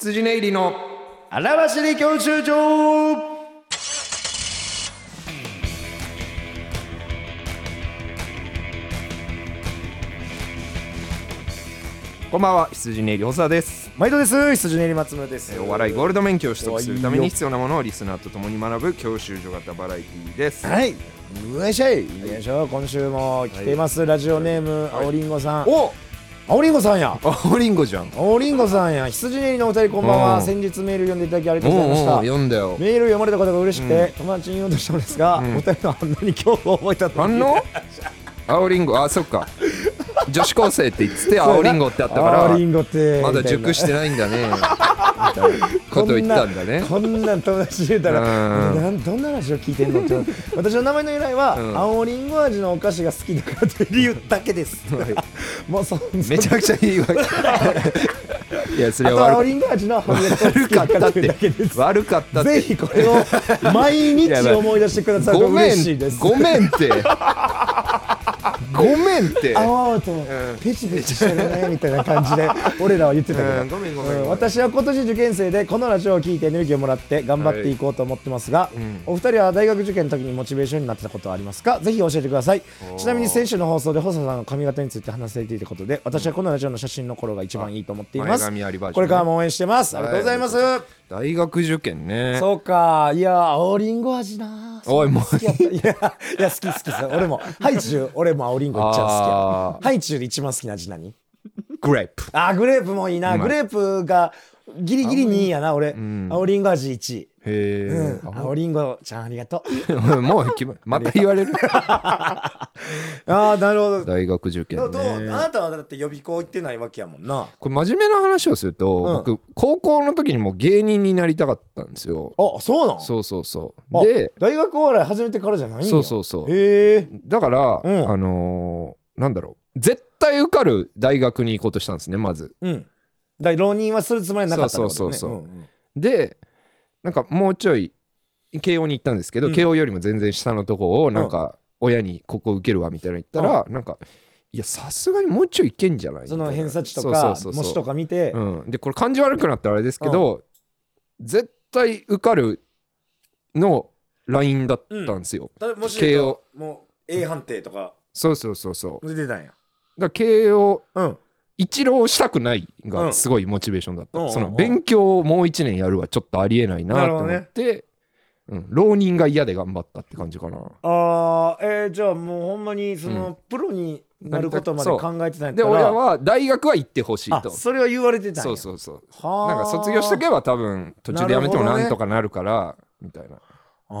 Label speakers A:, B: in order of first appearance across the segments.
A: 羊ネイリの
B: 荒走り教習所
A: こんばんは羊ネイリ細田です
B: 毎度です羊練り松村です
A: えーお笑いゴールド免許を取得するために必要なものをリスナーと共に学ぶ教習所型バラエティーです
B: はいお願いしゃいよいしょ今週も来ています、ラジオネーム青りんごさん
A: お
B: 青りんごさんや
A: 青リンゴじゃん
B: 青りんごさんや羊練りのお二人こんばん
A: う
B: は
A: ん
B: 先日メール読んでいただきありが
A: お
B: とうございました
A: お読んだよ
B: メールを読まれた方が嬉しくて、友達に言おうとしたのですが、お二人の反応に恐怖を覚えたと
A: 反応 青リンゴあそっか女子高生って言ってて青リンゴってあったか
B: 青
A: ら
B: りんごって
A: まだ熟してないんだねみたいな こと言ったんだね
B: こんなこんなん友達に言うたら
A: うん
B: なんどんな話を聞いてんのって 私の名前の由来は、
A: うん
B: 青りんご味のお菓子が好きだからという理由だけです もうそん
A: めちゃくちゃいいわけいやそ
B: あ
A: れ
B: と
A: は
B: 青
A: 悪
B: りんご味のハムが好
A: 悪
B: き
A: かっ
B: だか
A: た
B: ら
A: っ
B: というだけで
A: て
B: す
A: 悪かったって
B: ぜひこれを毎日思い出してくださると
A: ごめ
B: 嬉しい
A: ん
B: です
A: ごめんって ごめんって
B: 青々とペチペチしてるねみたいな感じで俺らは言ってたけど、
A: うんごめんごめんごめん
B: う私は今年受験生でこのラジオを聞いてエネルギーをもらって頑張っていこうと思ってますが、お二人は大学受験の時にモチベーションになってたことはありますかぜひ教えてくださいちなみに先週の放送で細田さんの髪型について話されていたことで私はこのラジオの写真の頃が一番いいと思っています
A: あ前髪ありバージョンね
B: これからも応援してますありがとうございます、
A: 大学受験ね
B: そうかいやー青りんご味なー
A: おいもう
B: 好きやったいやいや好き好きさ俺もハイチュウ俺も青りんごいっちゃ好きやハイチュウで一番好きな味何
A: グレープ
B: あーグレープもいいな
A: うまい
B: グレープがギリギリ2位やな俺、青りんご味1位
A: へえ
B: うん、青りんごちゃんありがとう
A: もう決ままた言われる
B: ああなるほど
A: 大学受験
B: どうあ
A: ね
B: なたはだって予備校行ってないわけやもんな
A: これ真面目な話をすると、
B: ん
A: 僕高校の時にもう芸人になりたかったんですよ
B: あそうなん
A: そうそうそう
B: あ
A: で
B: 大学お笑い始めてからじゃないんや
A: そうそうそう
B: へえ
A: だから、
B: うん
A: あのーなんだろう絶対受かる大学に行こうとしたんですねまず
B: うんだから浪人はするつもりはなかったってことね
A: そうそうそうそうん
B: ん
A: でなんかもうちょい慶応に行ったんですけど、
B: うん
A: 慶応よりも全然下のとこをなんか親にここ受けるわみたいなの言ったら、なんかいやさすがにもうちょいいけんじゃない
B: その偏差値と
A: そう
B: か
A: そうそうそう
B: 模試とか見て、
A: うん、でこれ感じ悪くなったらあれですけど、絶対受かるのラインだったんですよ、
B: ただもし
A: 慶応
B: もう A 判定とか
A: そうそうそうそうだか
B: 出てたんや
A: ら慶応
B: うん
A: 一浪したくないがすごいモチベーションだった、
B: うん
A: そ
B: うん
A: の
B: うん
A: 勉強をもう一年やるはちょっとありえないなと思って、うん、浪人が嫌で頑張ったって感じかな
B: ああえー、じゃあもうほんまにその、
A: う
B: プロになることまで
A: そう
B: 考えてたんやっ
A: で
B: たら
A: 俺は大学は行ってほしい
B: あ
A: と
B: それは言われてたんや
A: そうそうそう
B: は
A: な
B: あ
A: んか卒業しとけば多分途中でやめても
B: なるほ
A: な
B: どね
A: んとかなるからみたいな感じか
B: ああ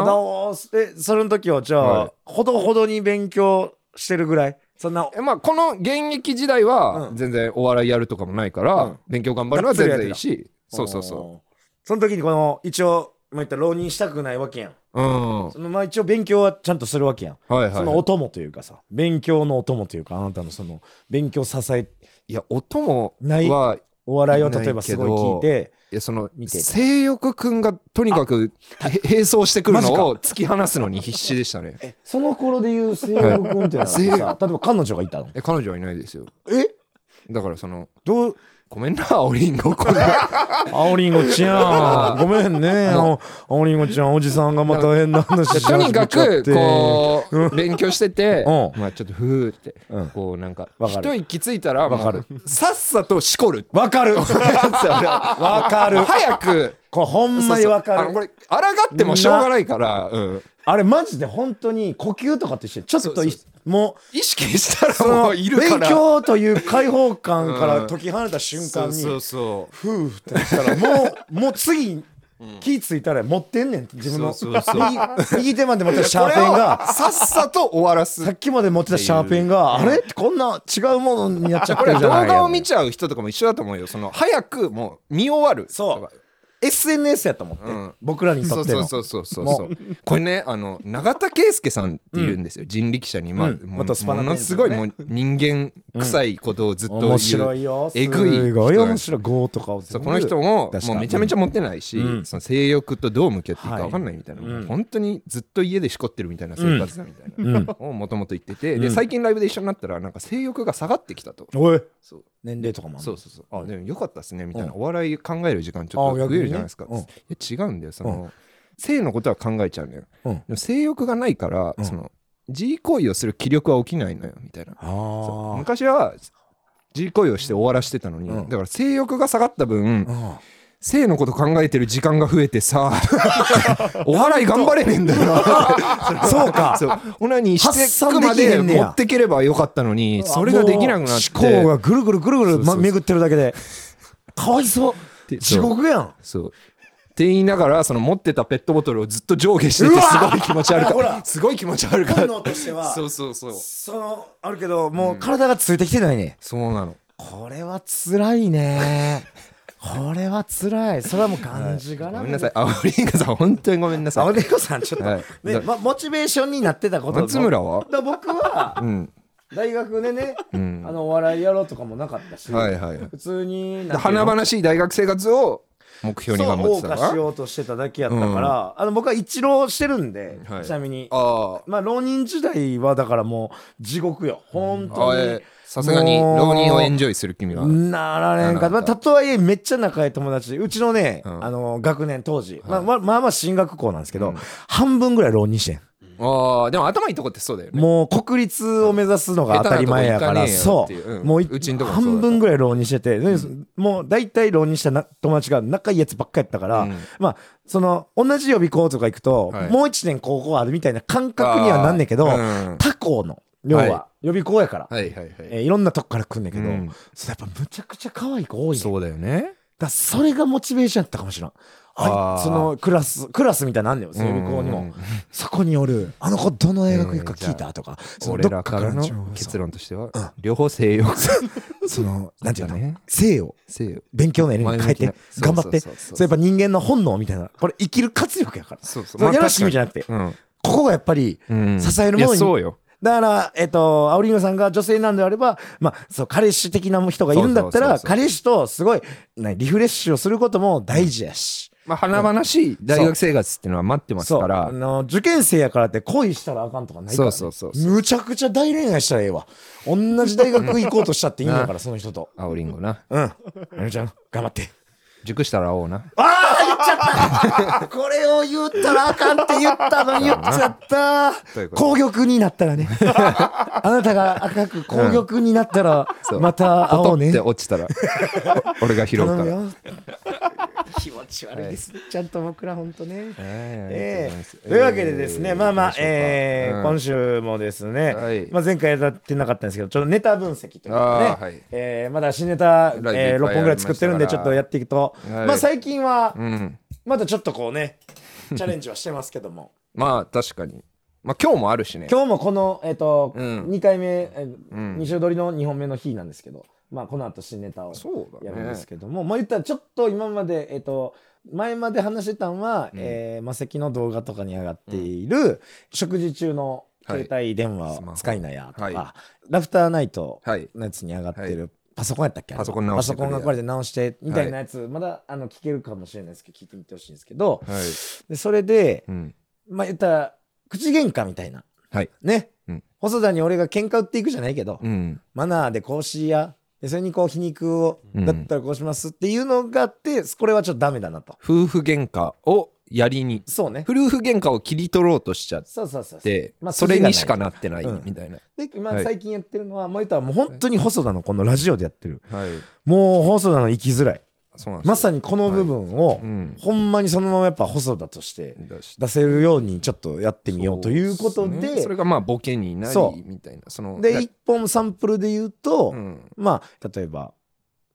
A: な
B: どうしてその時はじゃあ、
A: はい
B: ほどほどに勉強してるぐらいそんな
A: えまあこの現役時代は
B: うん
A: 全然お笑いやるとかもないから、
B: うん
A: 勉強頑張るのは全然いいし
B: おー
A: そうそうそ
B: その時にこの一応まあ言ったら浪人したくないわけやん
A: ううんはい
B: そのまあ一応勉強はちゃんとするわけやん
A: はい
B: そのお供というかさ勉強のお供というかあなたのその勉強支え
A: いや音も
B: ない
A: は
B: お笑いを例えばすごい聞いて
A: いやその
B: 見てて
A: 性欲くんがとにかくへ並走してくるの
B: マ
A: を突き放すのに必死でしたね
B: その頃で言う性欲君っていうのはさ
A: はい
B: 例えば彼女がいたの
A: え彼女はいないですよ
B: え
A: だからその
B: どう
A: ごめんな青りんごこんな
B: 青りんごちゃん ごめんね青青りんごちゃんおじさんがまた変な話し
A: とに
B: 始
A: か
B: めちゃっ
A: く
B: て
A: こう勉強してて、
B: うん
A: まあちょっとふーって、
B: うん
A: こうなんか
B: わかる
A: 一息ついたら
B: わかる
A: もうさっさとしこる
B: わか るわかる
A: 早く
B: これほんまにわか
A: そうそうあのこ
B: る
A: れ抗ってもしょうがないから、うん
B: あれマジで本当に呼吸とかと一緒にちょっとい
A: そう
B: もう
A: 意識した
B: そ
A: らも
B: の
A: ういるから
B: 勉強という解放感か
A: う
B: ら
A: ん
B: 解き放れた瞬間に
A: そうそうそう
B: 夫婦ってしたらもうもう次気ついたら持ってんねんって自分の
A: そうそうそう
B: 右右手まで持ってたシャーペンが
A: これをさっさと終わらす
B: さっきまで持ってたシャーペンがあれこんな違うものになっちゃっ
A: こ
B: て
A: れ
B: る
A: 動
B: じゃない
A: 画を見ちゃう人とかも一緒だと思うよ。その早くもう見終わる。
B: そう SNS やと思って、
A: うん
B: 僕らに
A: そ
B: と
A: う
B: っての
A: そうそうそうそう
B: も
A: これねあの永田圭介さんっていうんですよ、人力車に、まあ
B: うん
A: もう
B: 元スパナ
A: もの
B: テンです
A: す
B: よ
A: ご
B: ね
A: いもう人間臭いことをずっと言う、
B: 面白いよ
A: えぐい人
B: すごい面白い5とかを
A: そ
B: 全
A: う
B: 部
A: この人も
B: 確か
A: もうめちゃめちゃモテないし、
B: うん
A: その性欲とどう向き合っていいか分かんないみたいな、
B: はいうん
A: もう本当にずっと家でしこってるみたいな生活だみたいな、
B: うん
A: をもともと言ってて、
B: う
A: で
B: ん
A: 最近ライブで一緒になったらなんか性欲が下がってきたと、
B: おい
A: そう
B: 年齢とかもある
A: そ
B: の
A: うそうそうあでもよかったですねみたいな、
B: う
A: お笑い考える時間ちょっ
B: あ
A: と
B: 逆
A: 増
B: にね
A: えるじゃないですか、
B: うん
A: いや違うんだよその、性のことは考えちゃうのよ、
B: うん
A: でも性欲がないから、
B: うん
A: その G 行為をする気力は起きないのよみたいなそう
B: あ
A: 昔は G 行為をして終わらしてたのに、
B: うん
A: だから性欲が下がった分、
B: あ
A: 性のこと考えてる時間が増えて さお笑い頑張れねえんだよな
B: そうか
A: そうオナニーしてくま
B: 発散できへ
A: で
B: んねや
A: 持ってければよかったのにそれができなくなって
B: もう思考がぐるぐるぐるぐる
A: そうそう
B: ま
A: そう
B: 巡ってるだけでかわいそう
A: て
B: 地獄やん
A: そうって言いながらその持ってたペットボトルをずっと上下してて
B: うわ
A: すごい気持ち悪
B: ほ
A: からすごい気持ち悪か
B: 本
A: っ
B: 能として
A: た
B: は
A: そうそうそう
B: そのあるけどもう体がついてきてないね、
A: そうなの
B: これは辛いねこれは辛いそれはもう感じが
A: ごめんなさいアオリンカさん本当にごめんなさ
B: 青
A: い
B: 猫さんちょっと、
A: はい
B: ね
A: だ
B: ま、モチベーションになってたこと
A: 松村は
B: だ僕は
A: うん
B: 大学でね、
A: ん
B: あのお笑いやろうとかもなかったし、
A: はいはいはい
B: 普通に
A: で華々しい大学生活を目標に
B: そう
A: 頑張っ
B: 謳
A: てた
B: 歌
A: の
B: し
A: か
B: ようとしてただけやったから、あの僕は一浪してるんで、
A: はい
B: ちなみに
A: ああ
B: まあ浪人時代はだからもう地獄よ本当
A: あ
B: に、
A: えーさすがに
B: もう
A: 浪人をエンジョイする君は。
B: なられん
A: なら
B: かった
A: んか
B: まあ、たとはいえめっちゃ仲いい友達でうちのね、
A: うん
B: あの学年当時、まあまあまあまあ進学校なんですけど、半分ぐらい浪人してん
A: ああでも頭いいとこってそうだよね。
B: もう国立を目指すのが当たり前やから、
A: 下
B: そ
A: 手なとこ行かねえよっていう
B: う、
A: うん
B: もういう
A: ちんとこもそうだった
B: 半分ぐらい浪人してて、でもう大体浪人したな友達が仲いいやつばっかやったから、
A: うん
B: まあ、その、同じ予備校とか行くと、
A: はい
B: もう一年高校あるみたいな感覚にはなんねんけど、
A: あーうん
B: 他校の、要
A: はい
B: は予備校やから、
A: はいはいはい。
B: えーいろんなとこから来んねんけど、
A: うん
B: それやっぱむちゃくちゃ可愛い子多いねんだか
A: そうだよね。
B: らそれがモチベーションやったかもしれん。あ
A: あー
B: いそのクラス、クラスみたいなのあんねんよ、そういう予備校にも。
A: うんうん
B: そこにおる、あの子どの大学行くか聞いたとか、その
A: 俺
B: どっ
A: らから
B: 情報
A: の
B: そう
A: 結論としては、両方性欲
B: その、なんていうか
A: ね
B: な、性を
A: 性欲。
B: 勉強のエネルギーに変
A: 前
B: えて
A: 向き、な
B: 頑張って。そ
A: そううそうそうそう
B: やっぱ人間の本能みたいな、これ生きる活力やから。
A: そうそ
B: そうやらしい意味じゃなくて、こ
A: うん
B: こがやっぱり
A: うん
B: 支えるもの
A: いやそう
B: に。
A: よ。
B: だから、えっと、アオリンゴさんが女性なんであれば、まあ、そう、彼氏的な人がいるんだった
A: そ
B: ら、
A: うそうそうそう
B: 彼氏とすごい、なリフレッシュをすることも大事やし。
A: まあ華々しい大学生活っていうのは待ってます
B: そう
A: か
B: あ
A: ら。
B: の受験生やからって恋したらあかんとかないから、ね、
A: そうそうそうそ
B: むちゃくちゃ大恋愛したらええわ同じ大学行こうとしたっていいんだからその人 と
A: 青りんごな。
B: うんあのちゃん頑張って
A: 熟したら青な。
B: ああ言っちゃったこれを言ったら あかんって言ったのに言っちゃった
A: ということ
B: 紅玉になった らねあなたが赤く紅玉になった ら
A: そう
B: また
A: ポ
B: 青
A: トっ
B: ね
A: て落ち たらお俺が拾う
B: 頼
A: か
B: む
A: ら。
B: よ 気持ち悪いです、ちゃんと僕ら本当ね
A: え
B: え
A: え
B: えというわけでですね、まあまあ、えー今
A: 週
B: 週もですね、
A: はい
B: まあ、前回やってなかったんですけど、ちょっとネタ分析という
A: あ
B: か
A: ー
B: ね、
A: はい
B: えーまだ新ネタ、
A: ラ
B: え
A: イブいっぱい
B: ー、6本ぐらい作ってるん
A: あり
B: で、
A: まし
B: ち
A: たから
B: ょっとやっていくと、
A: はい
B: まあ最近は、
A: うん
B: まだちょっとこうね、チャレンジはしてますけ ども、
A: まあ確かにまあ今日もあるしね
B: 今日もこの、えっ、と、
A: うん
B: 2回目、え
A: うん
B: 2週撮りの2本目の日なんですけど、まあこの後新ネタを
A: そうだ
B: や
A: ね
B: るんですけども、まあ言ったらちょっと今まで、えっ、と、前まで話してたんは、
A: うん
B: えーマセキの動画とかに上がっている、食事中の携帯電話を使いなやとか、
A: はいスマホは
B: ラフターナイト
A: はい
B: のやつに上がってる、パソコンやったっけあれ
A: パソコン直して
B: パソコンが壊れて直してみたいなやつ、まだあの聞けるかもしれないですけど聞いてみてほしいんですけど
A: はい
B: でそれで、
A: うん
B: まあ言ったら口喧嘩みたいな
A: はい
B: ね、
A: うん
B: 細田に俺が喧嘩売っていくじゃないけど、
A: うん
B: マナーでこうしやでそれにこう皮肉を、
A: うん
B: だったらこうしますっていうのがあってこれはちょっとダメだなと
A: 夫婦喧嘩をやりに
B: そうね
A: 夫婦喧嘩を切り取ろうとしちゃっ
B: そうそうそうそう
A: て
B: まあ
A: それにしかなってない
B: うん
A: みたいな
B: で今
A: はい
B: 最近やってるのは、もう言ったらもう本当に細田のこのラジオでやってる
A: はい
B: もう細田の生きづらい
A: そうなんですよ
B: まさにこの部分を、
A: うん
B: ほんまにそのままやっぱ細田として
A: だし
B: 出せるようにちょっとやってみようということ
A: そうすね
B: で
A: それがまあボケにな
B: そう
A: りみたいなその
B: で1本サンプルで言うと、
A: うん
B: まあ例えば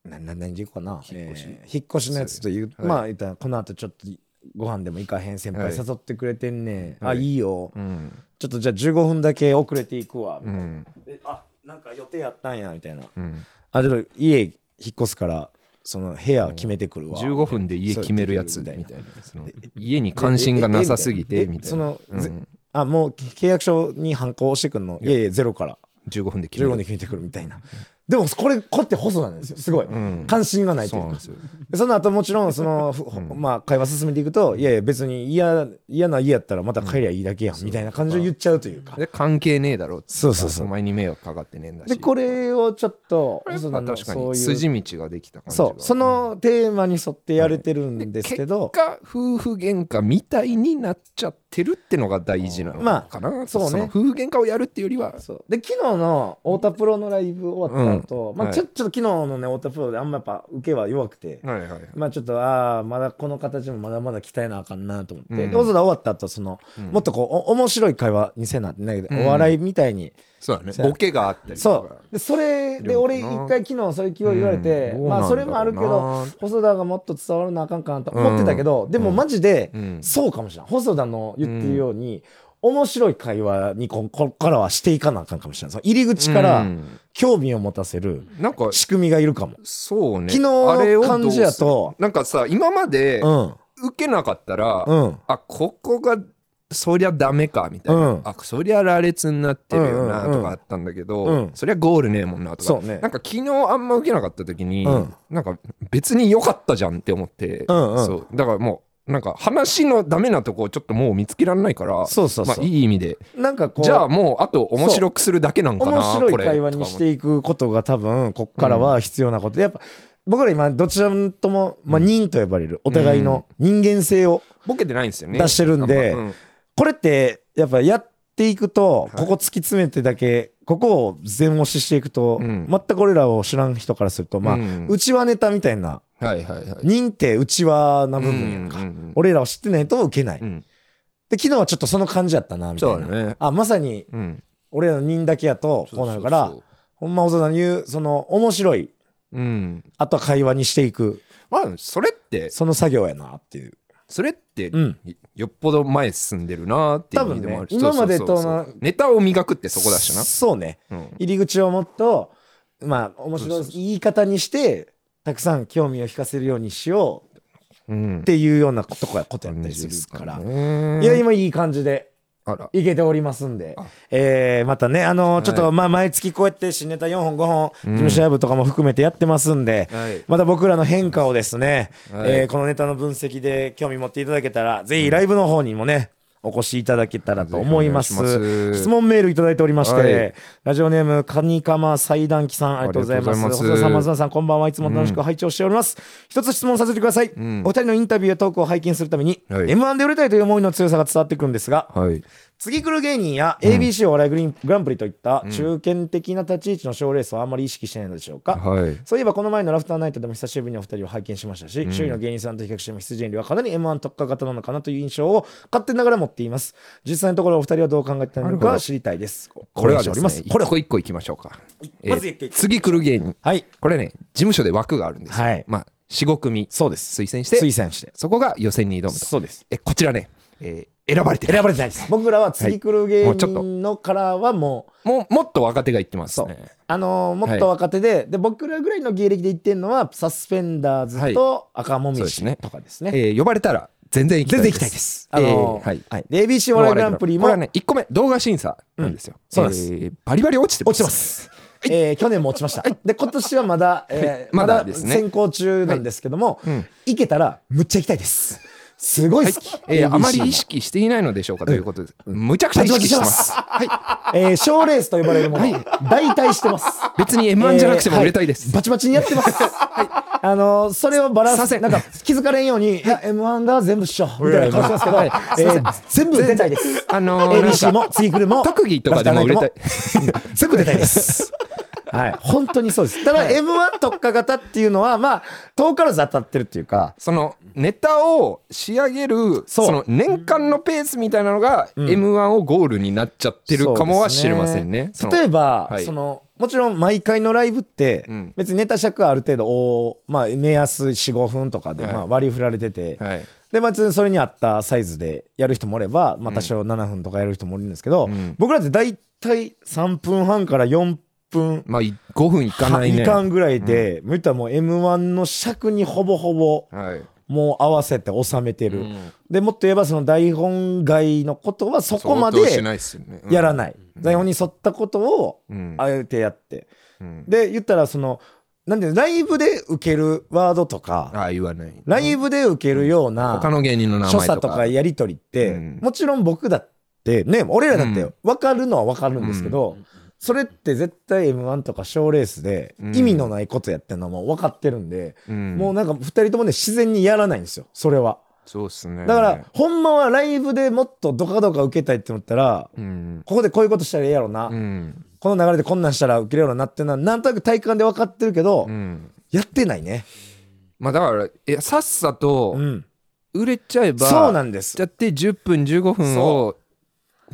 B: なな何でいこうかな
A: 引っ越し
B: えー引っ越しのやつという、
A: はい
B: まあ言ったらこの後ちょっとご飯でも行かへん先輩
A: はい
B: 誘ってくれてんね、
A: は
B: あ
A: い
B: いいよ
A: うん
B: ちょっとじゃあ15分だけ遅れていくわ、
A: うん
B: であなんか予定やったんやみたいな
A: うん
B: あでも家引っ越すからその部屋決めてくるわ、
A: 15分で家決めるやつ
B: そう
A: みたい
B: できるみ
A: な
B: た
A: その家に関心がなさすぎ
B: ええ
A: てみたい
B: そ
A: な
B: の、
A: うん
B: ぜあもう契約書に反抗してくんのいやいやゼロから
A: 15分で決
B: 15
A: め
B: で
A: る
B: 決めてくるみたいなでもこれこって細なんですよすごい、
A: ん
B: 関心がないと
A: そ
B: いうう
A: なん
B: か
A: ですよ。
B: でその後もちろん その、ふまあ、会話進めていくといやいや別に嫌嫌な家やったらまた帰りゃいいだけやん、みたいな感じを言っちゃうというか
A: で関係ねえだろって
B: そうそうそう
A: お前に迷惑かかってねえんだし
B: でこれをちょっと
A: これやっ
B: 細
A: ぱ
B: 田の
A: 確か
B: そう
A: に
B: いう
A: 筋道ができた感じが
B: そうそのテーマに沿ってやれてるんですけど、
A: 結果夫婦喧嘩みたいになっちゃってるってのが大事なの
B: まあ
A: かな、
B: そうね
A: の夫婦喧嘩をやるっていうよりは
B: そうで昨日の太田プロのライブ終わった後、
A: うん
B: まあ
A: はい
B: ちょちょっと昨日のね太田プロであんまやっぱ受けは弱くて、
A: はいはいはい
B: まあちょっとああまだこの形もまだまだ鍛えなあかんなと思って、
A: うん
B: で細田終わった後その、
A: うん
B: もっとこうお面白い会話にせなってないけど、
A: うん
B: お笑いみたいに
A: そうだ
B: そうや
A: ねボケがあったりと
B: そ
A: か
B: うでそれで
A: 量かな
B: 俺一回昨日そういう気を言われて、
A: うん
B: まあそ
A: どう
B: れ
A: なんだろうな
B: もあるけど細田がもっと伝わるなあかんかなと思ってたけど、
A: うん
B: でもマジで、
A: うん
B: そうかもしれない細田の言ってるように、面白い会話にここっからはしていかなあかんかもしれないその入り口から
A: うん
B: 興味を持たせる
A: なんか
B: 仕組みがいるかも、
A: そうね
B: 昨日の
A: あれをどう
B: 感じやと
A: するなんかさ今まで
B: うん
A: 受けなかったら、
B: うん
A: あここがそりゃダメかみたいな、
B: うん
A: あそりゃ羅列になってるよな
B: うんうんう
A: と
B: ん
A: かあったんだけど、
B: うん
A: そりゃゴールねえもんなとか
B: そうね
A: なんか昨日あんま受けなかった時に、
B: うん
A: なんか別に良かったじゃんって思って、
B: うんうん
A: そうだからもうなんか話のダメなとこをちょっともう見つけられないから
B: そうそうそう
A: まあ、いい意味で
B: なんかこう
A: じゃあもうあと面白くするだけなんかな
B: 面白い
A: これ
B: 会話にしていくことが多分こっからは必要なことでやっぱ僕ら今どちらとも、まあ、人と呼ばれるお互いの人間性を、
A: ボケてないんですよね
B: 出してるんで
A: あまうん
B: これってやっぱやっていくと
A: い
B: ここ突き詰めてだけここを全押ししていくと、
A: うん
B: 全く俺らを知らん人からするとまあ、う
A: うん
B: ちわネタみたいな
A: はいはいはい
B: 人ってうちわな部分やんか、
A: うんうんうん
B: 俺らを知ってないと受けない、
A: う
B: で
A: ん
B: 昨日はちょっとその感じやったなみたい
A: そ
B: な
A: うだね
B: あまさに
A: うん
B: 俺らの人だけやとこうなるから
A: そうそう
B: ほんま小沢の言うその面白い
A: そううん
B: あとは会話にしていく
A: まあそれって
B: その作業やなっていう
A: それって、
B: うん
A: よっぽど前進んでるなーっていう意味でもあるし、
B: 多分ね
A: そうそうそう
B: 今まで
A: そ
B: と
A: うネタを磨くってそこだしな、
B: そうね
A: うん
B: 入り口をもっとまあ面白
A: そう
B: い
A: そうそう
B: 言い方にしてたくさん興味を引かせるようにしよ
A: う
B: う
A: ん
B: っていうようなことやことやったりするから。いや
A: や
B: 今いい感じで
A: あら
B: いけておりますんで
A: あ、
B: えー、またねあの
A: い
B: ちょっと、まあ毎月こうやって新ネタ4本5本事
A: うん
B: 務所ライブとかも含めてやってますんで、
A: はい
B: また僕らの変化をですね、
A: はい
B: えーこのネタの分析で興味持っていただけたら、ぜひライブの方にもね、お越しいただけたらと思います。
A: ぜひお願いします
B: 質問メールいただいておりまして、
A: はい
B: ラジオネーム、カニカマ祭壇記さん、ありがとうございます。
A: ありがとうご
B: 細
A: ざいます
B: 田さん、松田さん、こんばんはいつも楽しく拝聴しております。一つ質問させてください。
A: ん
B: お二人のインタビューやトークを拝見するために、
A: はい
B: M1 で売れたいという思いの強さが伝わってくるんですが、
A: はい
B: 次来る芸人や ABC お笑いグリーングランプリといった中堅的な立ち位置の賞ーレースはあんまり意識してないのでしょうか、
A: はい
B: そういえばこの前のラフターナイトでも久しぶりにお二人を拝見しましたし、周囲の芸人さんと比較しても出演量はかなり M1 特化型なのかなという印象を勝手ながら持っています。実際のところお二人はどう考えている
A: なる
B: の
A: ほ
B: か
A: ど
B: 知りたいです。こ
A: こ
B: れ
A: れ
B: は
A: は
B: し
A: です
B: ており
A: ね
B: ます。
A: 一
B: これ
A: 個一個いきましょうか
B: まず一個一個
A: 次来る芸人
B: はい、
A: これね事務所で枠があるんですよ、
B: はい
A: まあ45組
B: そうです。
A: 推薦して
B: 推薦して。
A: そこが予選に挑むと
B: そうです。
A: えこちらね、えー選ばれてる
B: 選ばれてないです。僕らは次来る芸
A: もうちょっと
B: 人のからはもう、
A: もうもっと若手がいってます
B: そう、
A: ね
B: あのーもっと若手で、で、僕らぐらいの芸歴で言ってるのは、サスペンダーズと赤もみ
A: そうです
B: じ
A: ね
B: とかですね。
A: えー呼ばれたら全然行きた
B: 全
A: いで
B: 然行
A: す
B: きたいです。
A: え
B: あの
A: ーはい
B: ーはい。で、ABC お笑いグランプリも
A: これはね、1個目、動画審査なんですよ。
B: そうなんです
A: えーバリバリ落ちて
B: 落ちてま。す。えー去年も落ちました。で、今年はまだ、えーま
A: まだ
B: だ
A: ですね
B: 先行中なんですけども、
A: うん
B: 行けたらむっちゃ行きたいです。すごい好き。
A: えー
B: ABC
A: あまり意識していないのでしょうかということです。むちゃくちゃ
B: バ
A: 意
B: チバ
A: 識
B: チし
A: しててま
B: ます
A: す。。
B: えー、賞レースと呼ばれるもの、大体してます。
A: 別に M1 じゃなくても売れたいで
B: えーは
A: す。
B: バチバチにやってます。あのーそれをバラン
A: すいませ
B: ス、
A: ん
B: なんか気づかれんように、いや、M1 だ、全部一緒。みたいな顔してますけど、
A: はい
B: えー全部出たいです。
A: あのーなん
B: ABC
A: か
B: も、次来るも、
A: 特技とかでも売れたい。
B: 全部出たいです。 はい、本当にそうです。ただ、M1 特化型っていうのは、まあ、遠からず当たってるっていうか、
A: そのネタを仕上げる
B: そう
A: その年間のペースみたいなのが m 1をゴールになっちゃってるかもは知れませんね。
B: そうですね例え
A: ば
B: ば、
A: はい
B: その、もちろん毎回のライブって、
A: うん
B: 別にネタ尺はある程度、おまあ、目安4、5分とかで、
A: はい
B: まあ、割り振られてて、
A: はい
B: で、まあ、別にそれに合ったサイズでやる人もおれば、まあ、多少7分とかやる人もいるんですけど、
A: うん
B: 僕らって大体3分半から4分、
A: まあい5分いかないね。
B: かんぐらいで、もう言ったらもう M1 の尺にほぼほぼ、
A: はい
B: もう合わせて収めてる、
A: うん
B: でもっと言えばその台本外のことはそこま
A: 相当し
B: で
A: ないっすよねうん
B: やらない、台本に沿ったことを
A: うん
B: あえてやって、
A: うん
B: で言ったらそのなんていうのライブで受けるワードとか
A: ああ、言わない。
B: ライブで受けるような
A: 他の芸人の名前と
B: 所
A: か。
B: 作とかやり取りって、
A: うん
B: もちろん僕だってね俺らだっ
A: う
B: て
A: ん
B: 分かるのは分かるんですけど、それって絶対 m 1とか賞ーレースで意味のないことやってるのはもう分かってるんで、
A: うん
B: もうなんか2人ともね自然にやらないんですよそれは。
A: そうっすね。
B: だから、ほんまはライブでもっとドカドカ受けたいって思ったら
A: うん。
B: ここでこういうことしたらええやろな、
A: うん。
B: この流れでこんなんしたら受けるやろなってのはなんとなく体感で分かってるけど、
A: うん。
B: やってないね。
A: まあだから、いやさっさと
B: うん、
A: 売れちゃえば、
B: そうなんです
A: ちゃって10分15分を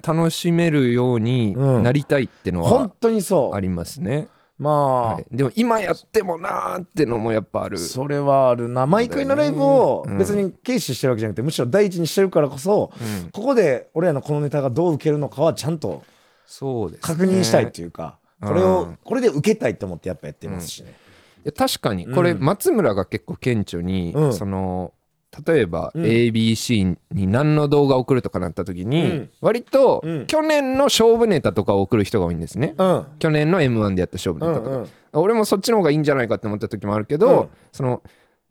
A: 楽しめるようになりたいっての
B: 本
A: は
B: 当にそ
A: ありますね。
B: うまあ、
A: はいでも今やってもなーってのもやっぱある。
B: それはあるな毎回のライブを
A: うん
B: 別に軽視してるわけじゃなくて、むしろ第一にしてるからこそ
A: うん
B: ここで俺らのこのネタがどう受けるのかはちゃんと
A: そうです、ね。
B: 確認したいっていうか、
A: うん
B: これを、
A: うん
B: これで受けたいと思ってやっぱやってますしね、
A: いや確かにこれ
B: うん
A: 松村が結構顕著に、
B: うん
A: その例えば
B: うん
A: ABC に何の動画を送るとかなった時に、
B: うん
A: 割と
B: うん
A: 去年の勝負ネタとかを送る人が多いんですね。
B: うん、
A: 去年の m 1でやった勝負
B: う
A: ネタ
B: ん
A: とか、
B: うん
A: 俺もそっちの方がいいんじゃないかって思った時もあるけど、
B: うん
A: その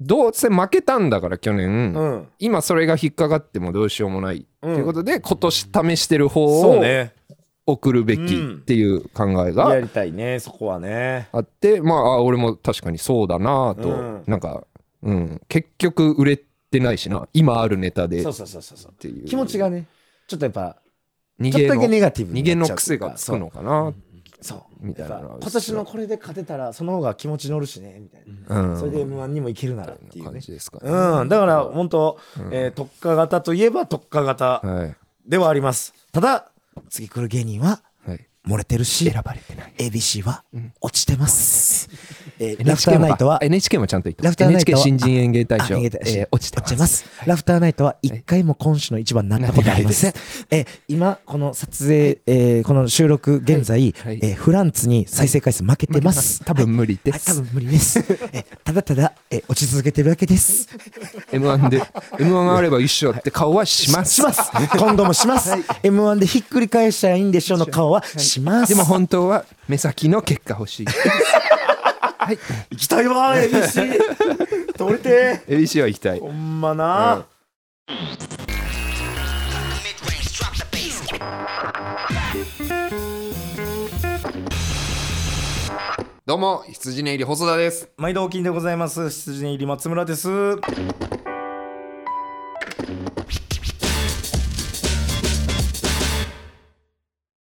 A: どうせ負けたんだから去年、
B: うん
A: 今それが引っかかってもどうしようもないっていうことで、今年試してる方
B: そう
A: を
B: ね
A: 送るべきっていう考えが
B: やりたいねそこはね
A: あってまああ俺も確かにそうだなぁと、
B: うん
A: なんか、うん、結局売れてないしな今あるネタで
B: そう
A: っ
B: そうそうそうそう
A: ていう
B: 気持ちがねちょっとやっぱ
A: 逃
B: ちょっ
A: げ
B: とだけ
A: の
B: ネガティブ
A: 逃
B: に
A: げ
B: な
A: の
B: っちゃうってい
A: 癖
B: うか
A: がつくのかな
B: そう
A: みたいな
B: やっぱ今年のこれで勝てたらその方が気持ち乗るしねみたいな、
A: うん
B: それで m 1にもいけるならっていう
A: 感
B: ね
A: じですかね、
B: うん、だから本当、えー特化型といえば特化型
A: はい
B: ではあります。ただ、次来る芸人は
A: はい
B: 漏れてるし、
A: 選ばれてない
B: ABC は落ち てます。えーラフタ
A: NHK
B: ー
A: も
B: ナイトは
A: あ NHK もちゃんと言ってま
B: ラフ
A: す
B: ターナイト
A: NHK
B: は
A: 新人演芸大賞、え
B: あ演芸大賞
A: ー落ちて
B: 落
A: ます
B: ちてます。ラフターナイトは一回も今週の一番になったことありません。えー今、この撮影、えーこの収録現在、
A: はい
B: えーフランツに再生回数負けてます。
A: 多分無理で
B: はい、
A: す、
B: 多分無理です。えーただただ、えー落ち続けてるわけです。
A: M1 で M1 があれば一緒って顔はします
B: します。今度もします。M1 でひっくり返したらいいんでしょうの顔はします。
A: でも本当は目先の結果欲 しいはい
B: 行きたいわ、ABC。取 れて
A: ABC は行きたい
B: ほんまな。
A: どうも羊ね入り細田です
B: 毎度お金でございます。羊入り松村です。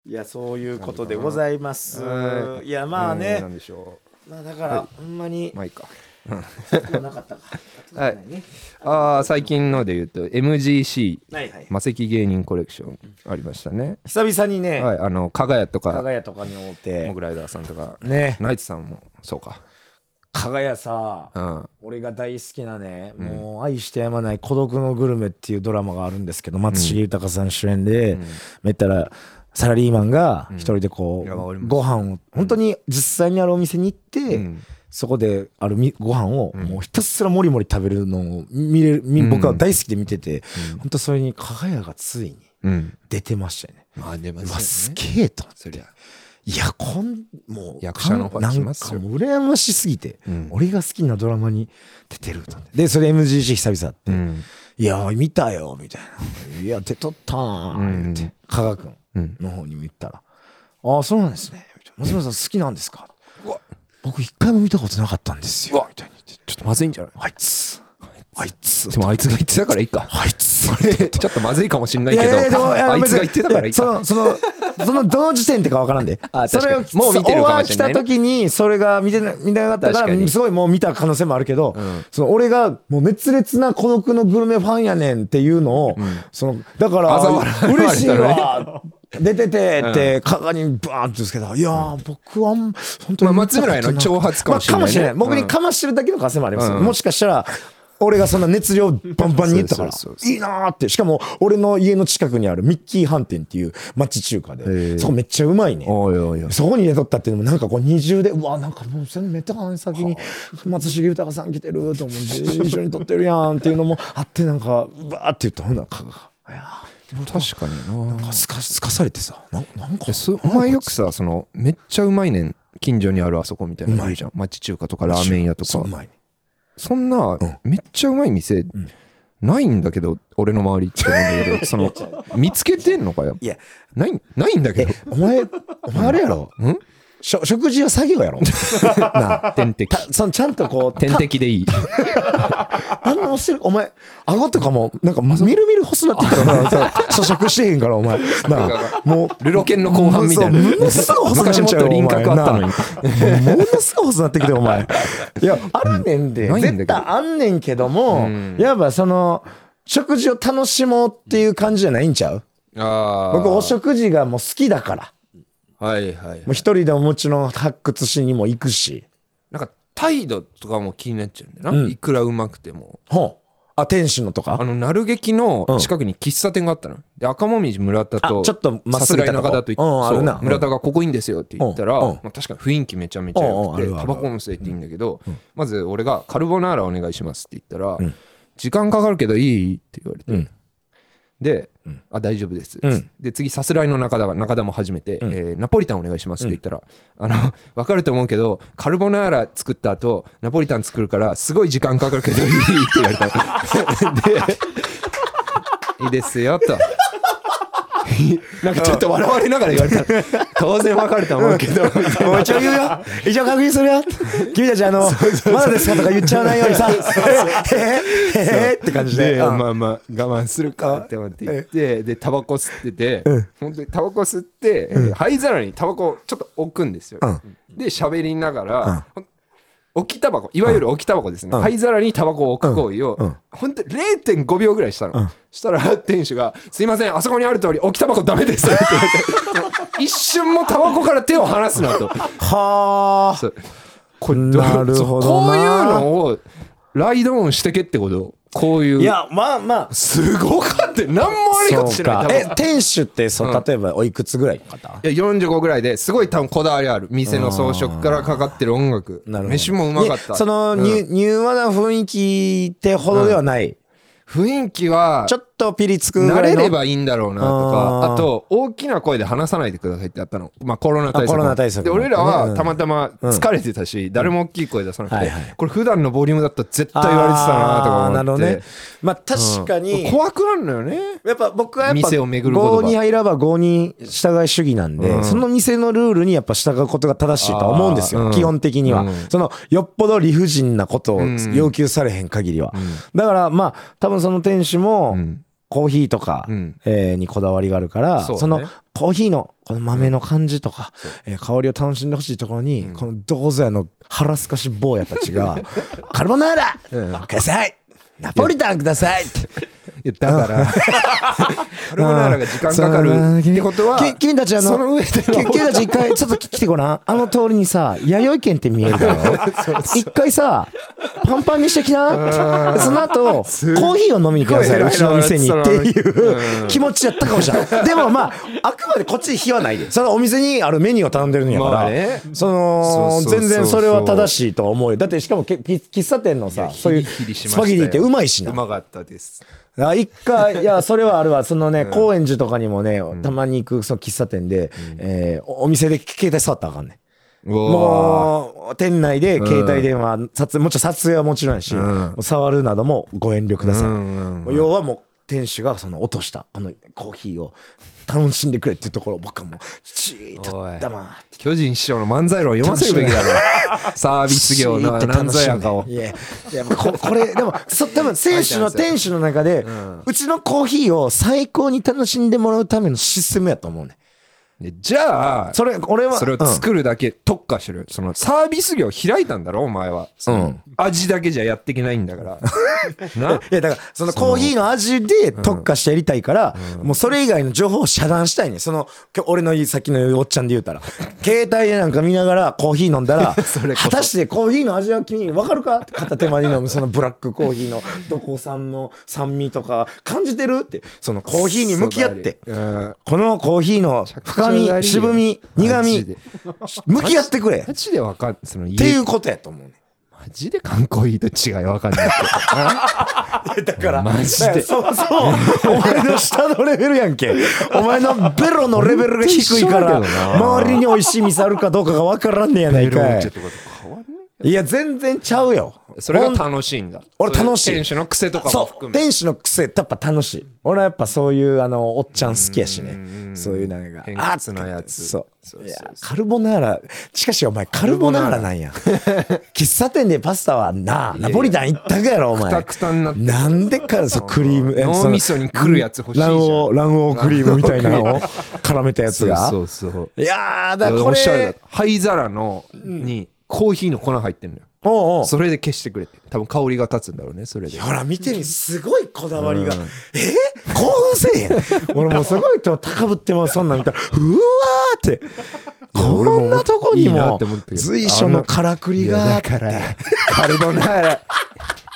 B: いやそういうことでございます
A: は。
B: いやまあ
A: うんな
B: ね、
A: んでしょ
B: まあだから、ほんまに
A: うまあいいか
B: 良くなかったか。
A: はいあー最近ので言うと MGC
B: はいはい。
A: 魔石芸人コレクションありましたね
B: 久々にね、
A: はいあの加賀谷と
B: 加賀
A: か
B: 屋とかに会う
A: モ
B: て
A: グライダーさんとか
B: ね
A: ナイツさんもそうか
B: 加賀屋さ
A: うん
B: 俺が大好きなね、もう愛してやまない孤独のグルメっていうドラマがあるんですけど、松重豊さん主演で、めったらサラリーマンが一人でこ、
A: いうやわかります
B: ご飯を本当に実際にあるお店に行って、
A: うん
B: そこであるみご飯をもうひたすらもりもり食べるのを見れる、み僕は大好きで見てて、本当それに加賀谷がついに
A: うん
B: 出てましたよね。
A: まあ出ま
B: うわすげえと思って
A: そりゃ
B: いやこんもう
A: 役者の方がしますよ
B: なんかもう羨ましすぎて、俺が好きなドラマに出てると思ってでそれ MGC 久々って、
A: うん
B: いや見たよみたいな「いや出とったな」
A: うん
B: って加賀君
A: うん
B: の方にも言ったら「ああそうなんですね」みたいな「松村さん好きなんですか?
A: うわ」
B: 僕一回も見たことなかったんですよ」みたいに言って
A: ちょっとまずいんじゃない
B: あいつあいつ
A: でもあいつが言ってたからいいか
B: あいつ
A: ちょっとまずいかもしんないけ
B: ややで
A: ど
B: もや
A: あいつが言ってたからいい
B: そ
A: か
B: の そのそのどの時点ってか分からんで
A: あ
B: そ
A: 確
B: れ
A: か
B: を
A: にもう見てるかもしれないね
B: オファー来た時にそれが見てな見てなかった
A: 確
B: か
A: からに
B: すごいもう見た可能性もあるけど、
A: ん
B: その俺がもう熱烈な孤独のグルメファンやねんっていうのを、そのだから
A: 嘲笑われたね
B: 嬉し いわ出ててって加賀にバーンってですけどいやー僕はあん本当に
A: まあ松村への挑発かもしれないね
B: まあかもしれない僕にかましてるだけの可能性もありますよ、もしかしたら俺がそんな熱量バンバンに言ったから
A: そうそうそうそう
B: いいなーって。しかも、俺の家の近くにあるミッキー飯店っていう町中華で、
A: ー
B: そこめっちゃうまいね。
A: おいおいおい
B: そこに寝とったっていうのも、なんかこう二重で、うわ、なんかもうそのめっちゃ先に松重豊さん来てると思って、 一緒に撮ってるやんっていうのもあって、なんか、うわーって言ったほんなら、かがいや
A: 確かにな
B: ーなんかすかすかされてさ、なんなんか、
A: えそお前よくさそのめっちゃうまいねん近所にあるあそこみたいな
B: う
A: の
B: まい
A: あるじゃん町中華とかラーメン屋と
B: そう
A: か
B: うまいね
A: そんな
B: うん
A: めっちゃうまい店
B: ん
A: ないんだけど俺の周りって思うんだけどその 見つけてんのかよ
B: いや
A: ないないんだけ
B: え
A: ど
B: お前お前あれやろ
A: ん
B: しょ食事は作業やろなあ
A: 天敵
B: たそのちゃんとこう
A: 天敵でいい
B: あんな押してるお前顎とかもなんかみるみる細なってきたからさ 咀嚼してへんからお前なあもう
A: ルロケンの後半みたいな
B: そうものすごい細くなっ
A: 昔もっ
B: ちゃう
A: と輪郭あったのに
B: にものすごい細なってきてお前いやあるねんで
A: うんないんだけど
B: 絶対あんねんけども
A: うん
B: やっぱその食事を楽しもうっていう感じじゃないんちゃう
A: あ
B: 僕お食事がもう好きだから
A: はいはい
B: もう一人でももちろん発掘しにも行くし
A: なんか態度とかも気になっちゃうんだよな、
B: うん
A: いくらうまくても
B: ほうあ天使のと
A: あ
B: か
A: の鳴劇の近くに喫茶店があったの、で赤もみじ村田と
B: あちょっとまっ
A: さ
B: す
A: す
B: ぐ
A: が
B: 行っ
A: 田
B: たとこ
A: 中だと言って、
B: うんあるな
A: そう村田がここいいんですよって言ったら、
B: うんうん
A: まあ、確かに雰囲気めちゃめちゃ良くて、
B: うんうんあるある
A: タバコも吸えていいんだけど、まず俺がカルボナーラお願いしますって言ったら、時間かかるけどいいって言われて、
B: うん
A: で、あ大丈夫です、
B: うん
A: で次さすらいの中田が中田も初めて、えーナポリタンお願いしますって言ったら、あの分かると思うけどカルボナーラ作った後ナポリタン作るからすごい時間かかるけどいいって言われたでいいですよと。 なんかちょっと笑われながら言われたら 当然わかると思うけどみたいな
B: もう一応言うよ一応確認するよ君たちあの「まだですか?」とか言っちゃわないようにさ「へえへえへえ」って感じで
A: で
B: うん
A: まあまあ我慢するかって思って言ってでタバコ吸ってて、本当にタバコ吸って、灰皿にタバコをちょっと置くんですよ、で喋りながら、置きタバコいわゆる置きタバコですね、灰皿にタバコを置く行為を、本当に0.5秒ぐらいしたの、したら店主が「すいませんあそこにある通り置きタバコダメ です」って言われて一瞬もタバコから手を離すな と。
B: はあ
A: そうこれ
B: なるほどな
A: こういうのをライドオンしてけってことこういう
B: いやまあまあ
A: すごかったよ何も悪いことし
B: そう
A: てない
B: か
A: 多分
B: え店主ってそう
A: うん
B: 例えばおいくつぐらいの方
A: いや45ぐらいですごい多分こだわりある店の装飾からかかってる音楽
B: なるほど
A: 飯もうまかっ
B: で
A: た
B: その
A: うん
B: 柔柔和な雰囲気ってほどではない
A: 雰囲気は
B: ちょっとピリつくぐ
A: 慣
B: らい
A: れ
B: の
A: ればいいんだろうなと
B: あー
A: かあと大きな声で話さないでくださいってあったの、まあ、コロナ対策
B: あコロ
A: も
B: ナ対策
A: で
B: も
A: 俺ら
B: うん
A: はたまたま疲れてたし、誰も大きい声出さなくて、
B: はいはい
A: これ普段のボリュームだったら絶対言われてたなとか思
B: あー
A: って
B: なるほどねまあ確かに、
A: うん怖くなるのよね
B: やっぱ僕はやっぱ
A: 店を巡ることが
B: 郷に入らば郷に従い主義なんで、
A: うん
B: その店のルールにやっぱ従うことが正しいとは思うんですよ、
A: あーうん
B: 基本的には、
A: うん
B: そのよっぽど理不尽なことを
A: うん
B: 要求されへん限りは、だからまあ多分その店主も、
A: うん
B: コーヒーとか、
A: うん
B: えーにこだわりがあるからそ,、
A: そうだね
B: のコーヒーのこの豆の感じとか、えー香りを楽しんでほしいところに、このどうぞやの腹すかし坊やたち が「カルボナーラ、くださいナポリタンください!」って
A: いやだから カルボナーラが時間かかるってことは
B: き君たちあの
A: その上で
B: き君たち一回ちょっと来てごらんあの通りにさ弥生県って見える だろ一回さパンパンにしてきなその後コ
A: すごい
B: ーヒーを飲みに来なさいう
A: 偉いな
B: ちの店にっていうう気持ちやったかもしれないでもまああくまでこっちに火はないでそれはお店にあるメニューを頼んでるんやか
A: ま
B: ら
A: あね
B: その
A: そうそうそうそう
B: 全然それは正しいとは思うよだってしかもけ喫茶店のさそういう
A: ヒリヒリしました
B: ス
A: よ
B: パゲティってうまいしな
A: うまかったです
B: あ一回いやそれはあるわそのね、高円寺とかにもねたまに行くその喫茶店で、えーおお店で携帯触ったらあかんね
A: も
B: もう店内で携帯電話、撮影もちろん撮影はもちろんやし、
A: ん
B: もう触るなどもご遠慮ください、
A: うん
B: もう要はもう店主がその落としたあのコーヒーを楽しんでくれっていうところを僕はもうチーッ
A: おい
B: と黙って。
A: 巨人師匠の漫才論読ませるべきだろサービス業のなんぞやかを
B: いや、いやここ れ、でも、そ多分、選手の、店主の中で、うちのコーヒーを最高に楽しんでもらうためのシステムやと思うね。
A: じゃあ
B: それ、俺は、
A: それを
B: うん
A: 作るだけ特化してるそのサービス業開いたんだろお前はその味だけじゃやっていけないんだから ない
B: や、だから、そのコーヒーの味で特化してやりたいから、もうそれ以外の情報を遮断したいね。その、今日俺のさっきのおっちゃんで言う たら、携帯でなんか見ながらコーヒー飲んだ
A: れ
B: ら、
A: こそ
B: 果たしてコーヒーの味は君に分かるかって片手間に飲むそのブラックコーヒーのどこ産の酸味とか感じてるって、そのコーヒーに向き合って。
A: うん
B: このコーヒーの
A: めちゃくちゃ
B: 深
A: 悪
B: み、
A: い
B: 渋み、苦
A: マ
B: み
A: ジで、
B: 向き合ってくれっ
A: マジでわかんそのって
B: いうことやと思うね。
A: マジで観光いいと違いわかんないけ ど
B: だから
A: マジで
B: だからそうそうお前の下のレベルやんけお前のベロのレベルが低いから
A: 本当一緒だけどな
B: 周りに美味しい店あるかどうかが分からんねやない
A: ベロ
B: か
A: ンチェ
B: い
A: とかと変わんない
B: いや全然ちゃうよ
A: それが楽しいんだ
B: 俺楽しい
A: 選手の癖とかも
B: そ
A: 含
B: う
A: め
B: 店主の癖ってやっぱ楽しい俺はやっぱそういうあのおっちゃん好きやしねそういうなんか
A: 偏
B: あ
A: 屈なやつ
B: そう
A: そうそうそう
B: いやカルボナーラしかしお前カルボナー ラなんや喫茶店でパスタはなナポリタン一択やろお前
A: くたくたになって
B: なんでかそうクリームえ
A: 脳みそに来るやつ欲しいじゃん
B: 卵黄卵黄クリームみたいなのを絡めたやつ
A: そう
B: が
A: そうそう
B: いやー
A: だから
B: だか
A: ら
B: こ
A: おしゃれだ
B: れ
A: 灰皿のにコーヒーの粉入ってんのよ
B: おうおう
A: それで消してくれて多分香りが立つんだろうねそれで
B: ほら見てみすごいこだわりが、えー興奮せえへん 俺もうすごいと高ぶってもそんなん見たらうわーってこんなとこに
A: いいなっ
B: も
A: て思ってる
B: 随所のからくりがあ
A: だ
B: って
A: からカルボナーラ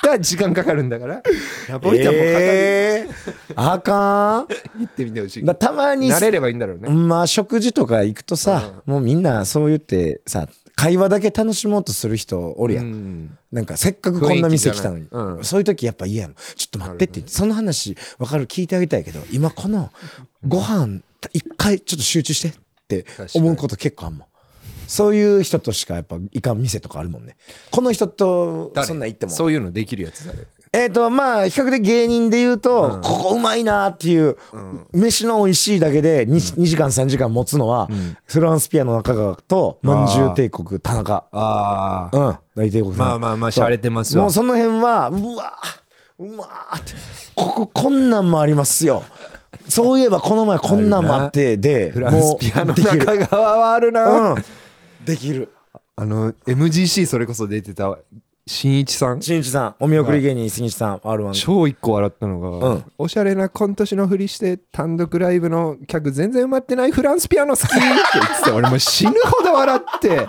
A: が時間かかるんだからナポリタンもかかる、
B: えー、あかん
A: 行ってみてほしい
B: だたまに
A: 慣れればいいんだろうね、
B: まあ食事とか行くとさ、もうみんなそう言ってさ会話だけ楽しもうとする人おるやん、
A: うん
B: なんかせっかくこんな店来たのに、
A: 雰囲気じゃないうん
B: そういう時やっぱ嫌やのちょっと待ってって言ってその話分かる聞いてあげたいけど今このご飯一回ちょっと集中してって思うこと結構あんもんそういう人としかやっぱいかん店とかあるもんねこの人と
A: 誰
B: そんなん行っても
A: そういうのできるやつだね
B: えっ、と、まあ、比較的芸人で言うと、ここうまいなっていう、飯の美味しいだけで 2, 時間3時間持つのは、フランスピアの中川と、まんじゅう帝国田中。
A: あ
B: うん、大帝国さん
A: まあまあまあ
B: そう
A: 洒落てますわ
B: もうその辺は、うわうまーって、こここんなんもありますよ。そういえばこの前こんなんもあって、で、
A: フランスピアの中側はあるな、
B: もうできる。うん。できる。
A: あの MGC それこそ出てた新一さん
B: しんいちさん、お見送り芸人、しんいちさん、R1。
A: 超一個笑ったのが、
B: うん
A: おしゃれなコント師のふりして単独ライブの客全然埋まってないフランスピアノ好きって言ってて俺もう死ぬほど笑 って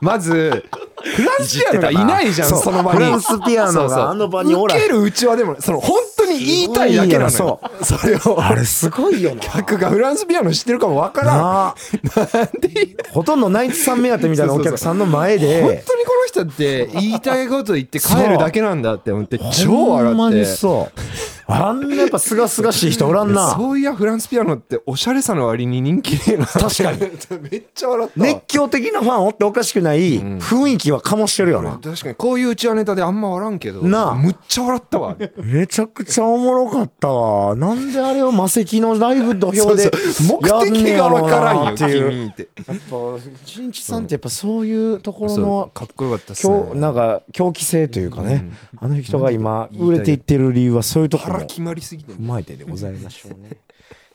A: まずフランスピアノがいないじゃん
B: そう
A: その場に
B: フランスピアノがあの場におらん
A: 受けるうちはでもその本当に言いたいだけなの
B: すごいよ
A: よ
B: な
A: それを
B: あれすごいよな。
A: 客がフランスピアノ知ってるかもわからん
B: なあ。ほとんどナイツさん目当てみたいなお客さんの前
A: 本
B: で。
A: 当にこの人って言いたいこと言って帰るだけなんだって思って超
B: ほんま
A: 笑って
B: にそう。あんなやっぱすがすがしい人おらんな。
A: そういやフランスピアノっておしゃれさの割に人気ねえな
B: 確か
A: に めっちゃ笑ったわ
B: 熱狂的なファンおっておかしくない雰囲気は醸してるよな。
A: 確かにこういううちはネタであんま笑んけど
B: なあ
A: むっちゃ笑ったわ
B: めちゃくちゃおもろかったわ。なんであれを魔石のライブ土俵で
A: そうそう目的がわからんよ
B: やねやろうなっていう。
A: 君って
B: やっぱ、新吉さんってやっぱそういうところ
A: そう
B: の
A: かっこよかったっす
B: 狂、
A: ね
B: なんか狂気性というかね、あの人が今売れていってる理由はそういうところ
A: 腹
B: も
A: 決まりすぎてん
B: 踏
A: の
B: まえてでございましょうね。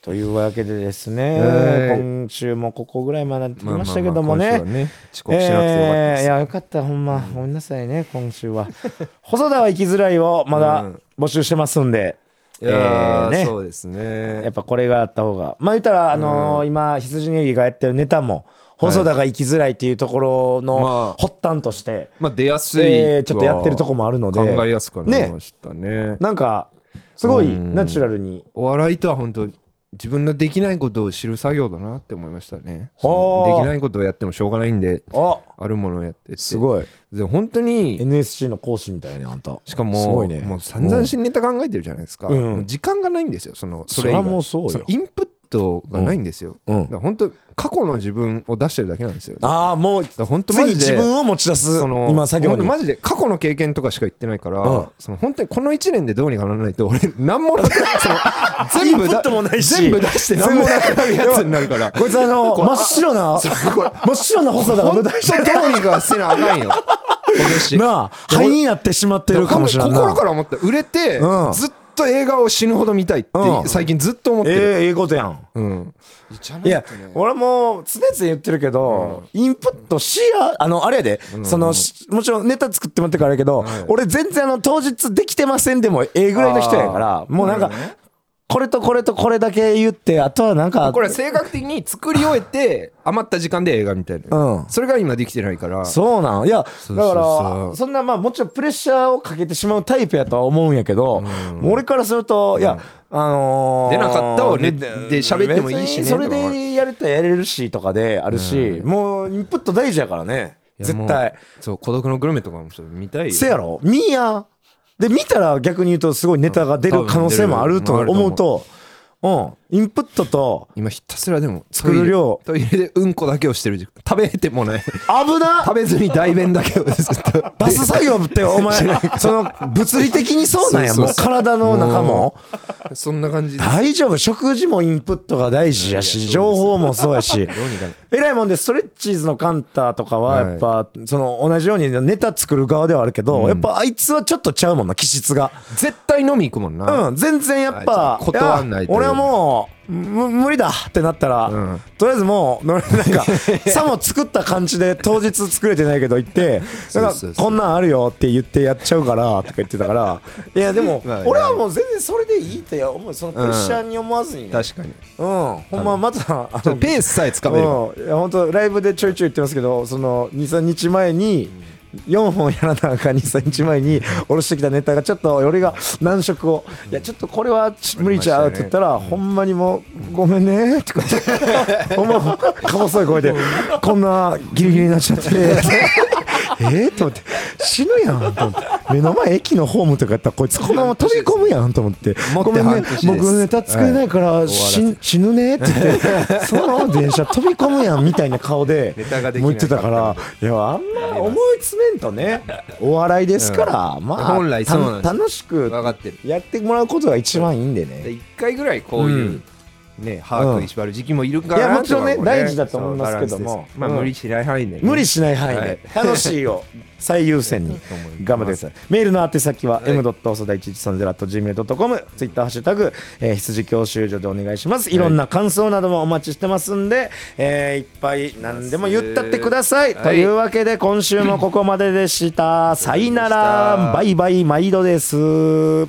B: というわけでです
A: は
B: ね、
A: い
B: 今週もここぐらいまでなってきましたけ
A: ま
B: ども
A: あまあ
B: ね
A: 今週は。遅刻しなくてよかったで
B: えー
A: す
B: いや、よかった、ほんま。ごめんなさいね、今週は。 細田は生きづらいをま
A: う
B: だ
A: ん
B: 募集してますんで。え
A: いや
B: ー
A: ー
B: ね、
A: そうです
B: やっ
A: ね
B: ぱこれがあった方が。まあ言ったら、あのー今、羊ネギがやってるネタも、細田が生きづらいっていうところの
A: まあ
B: 発端として、
A: まあ出やすい
B: えーちょっとやってるとこもあるので
A: 考えやすくはなりましたね
B: なんか、すごいナチュラルに
A: お笑いとは本当自分のできないことを知る作業だなって思いましたね。そ
B: ほう
A: のできないことをやってもしょうがないんで、
B: あ
A: あるものをやってて。
B: すごい
A: で本当に、
B: NSC の講師みたいねあんた
A: しかも、
B: すごいね
A: もう散々新ネタ考えてるじゃないですか。
B: うん
A: もう時間がないんですよ、その、
B: そ
A: そ
B: り
A: れ
B: ゃ
A: 以外
B: もうそうよ
A: のインプットがないんですよ。
B: うんうん
A: だから本当、過去の自分を出してるだけなんですよ。だか
B: ああもう
A: ら本当
B: つい
A: マ
B: に
A: ジで。
B: 自分を持ち出す
A: その
B: 今作業
A: ほんと
B: に
A: マジで過去の経験とかしか言ってないから、
B: うん
A: その本当にこの1年でどうにかならないと俺何もなく その全部
B: インプッ
A: だ
B: トもないし
A: 全部出して何もなくなるやつになる から
B: こいつ あの
A: こう
B: 真っ白な真っ白な細田が
A: 本
B: 舞
A: 当
B: 台して
A: どうにかせなあかんよ今年
B: なあ灰になってしまってるかもしれんない
A: 心から思った売れて、
B: うん
A: ずっと映画を死ぬほど見たいって、
B: うん
A: 最近ずっと思ってる、
B: ええええことやん
A: うんじゃない
B: いや俺も常々言ってるけど、インプットしやあのあれやで、そのしもちろんネタ作ってもらってからやけど、俺全然あの当日できてませんでもええぐらいの人やからもうなんか、これとこれとこれだけ言ってあとはなんか
A: これは性格的に作り終えて余った時間で映画みたいな、
B: うん
A: それが今できてないから
B: そうなんいや
A: うそうそう
B: だからそんなまあもちろんプレッシャーをかけてしまうタイプやとは思うんやけど、俺からするといや、あのー
A: 出なかったをねで喋ってもいいしね
B: 別にそれでやれたらやれるしとかであるし、もうインプット大事やからね
A: い
B: 絶対
A: そう孤独のグルメとかもちょっと見たいよ
B: せやろ見やで見たら逆に言うとすごいネタが出る可能性もあると思うとうんインプットと
A: 今ひたすらでも
B: 作る量
A: トイレトイレでうんこだけをしてる時間食べても ね
B: 危な
A: 食べずに代弁だけをずっと
B: バス作業って お前その物理的にそうなんや
A: そうそうう
B: も
A: そう
B: 体の中も
A: そんな感じです
B: 大丈夫食事もインプットが大事や
A: い
B: し
A: や
B: 情報もそうやし
A: どうにかね
B: えらいもんでストレッチーズのカンタとかはやっぱ、その同じようにネタ作る側ではあるけど、やっぱあいつはちょっとちゃうもんな気質が
A: 絶対飲み行くもんな、
B: うん全然やっ
A: あ
B: ぱ
A: いつ断んないと
B: や俺はもうむ無理だってなったら、
A: ん
B: とりあえずもうのなん かさも作った感じで当日作れてないけど行って
A: う
B: なん
A: そうそう
B: かこんなんあるよって言ってやっちゃうからとか言ってたからいやでも
A: まあね
B: 俺はもう全然それでいいって思うそのプレッシャーに思わずにね、うん
A: 確かに
B: ほんま またあ
A: ちょっとペースさえつかめれば
B: うん、いや本当ライブでちょいちょい言ってますけどその23日前に4本やらなあかん23日前に下ろしてきたネタがちょっと俺が難色を「いやちょっとこれはち無理ちゃう」って言ったら、ほんまにもう「ごめんね」って言 ってほんまか細い声で「こんなギリギリになっちゃって」 えー、と思って死ぬやんと思って目の前駅のホームとかやったらこいつこのまま飛び込むやんと思って「
A: 持って
B: ごめんね
A: 半年です
B: 僕ネタ作れないから死ん死 ぬね」って言ってそのまま電車飛び込むやんみたいな顔で
A: ネタができな
B: もう
A: い
B: 言ってたからいやあんま思い詰めんとねお笑いですから、まあ
A: 本来そうなんです
B: た楽しく
A: 分かってる
B: やってもらうことが一番いいんでね
A: で一回ぐらいこういう、
B: うん
A: ね把握に縛る時期もいるから、
B: いやもちろんね
A: とか
B: 大事だと思いますけども
A: そうバランスですまあ、
B: うん
A: 無理しない範囲でね、
B: 無理しない範囲で楽しいを 最優先に頑張ってくださいメールの宛先は m. 細田 1130.gmail.com ツイッターハッシュタグえー羊教習所でお願いしますいろんな感想などもお待ちしてますんでえーいっぱい何でも言ったってください
A: はい
B: というわけで今週もここまででしたさいならバイバイ毎度です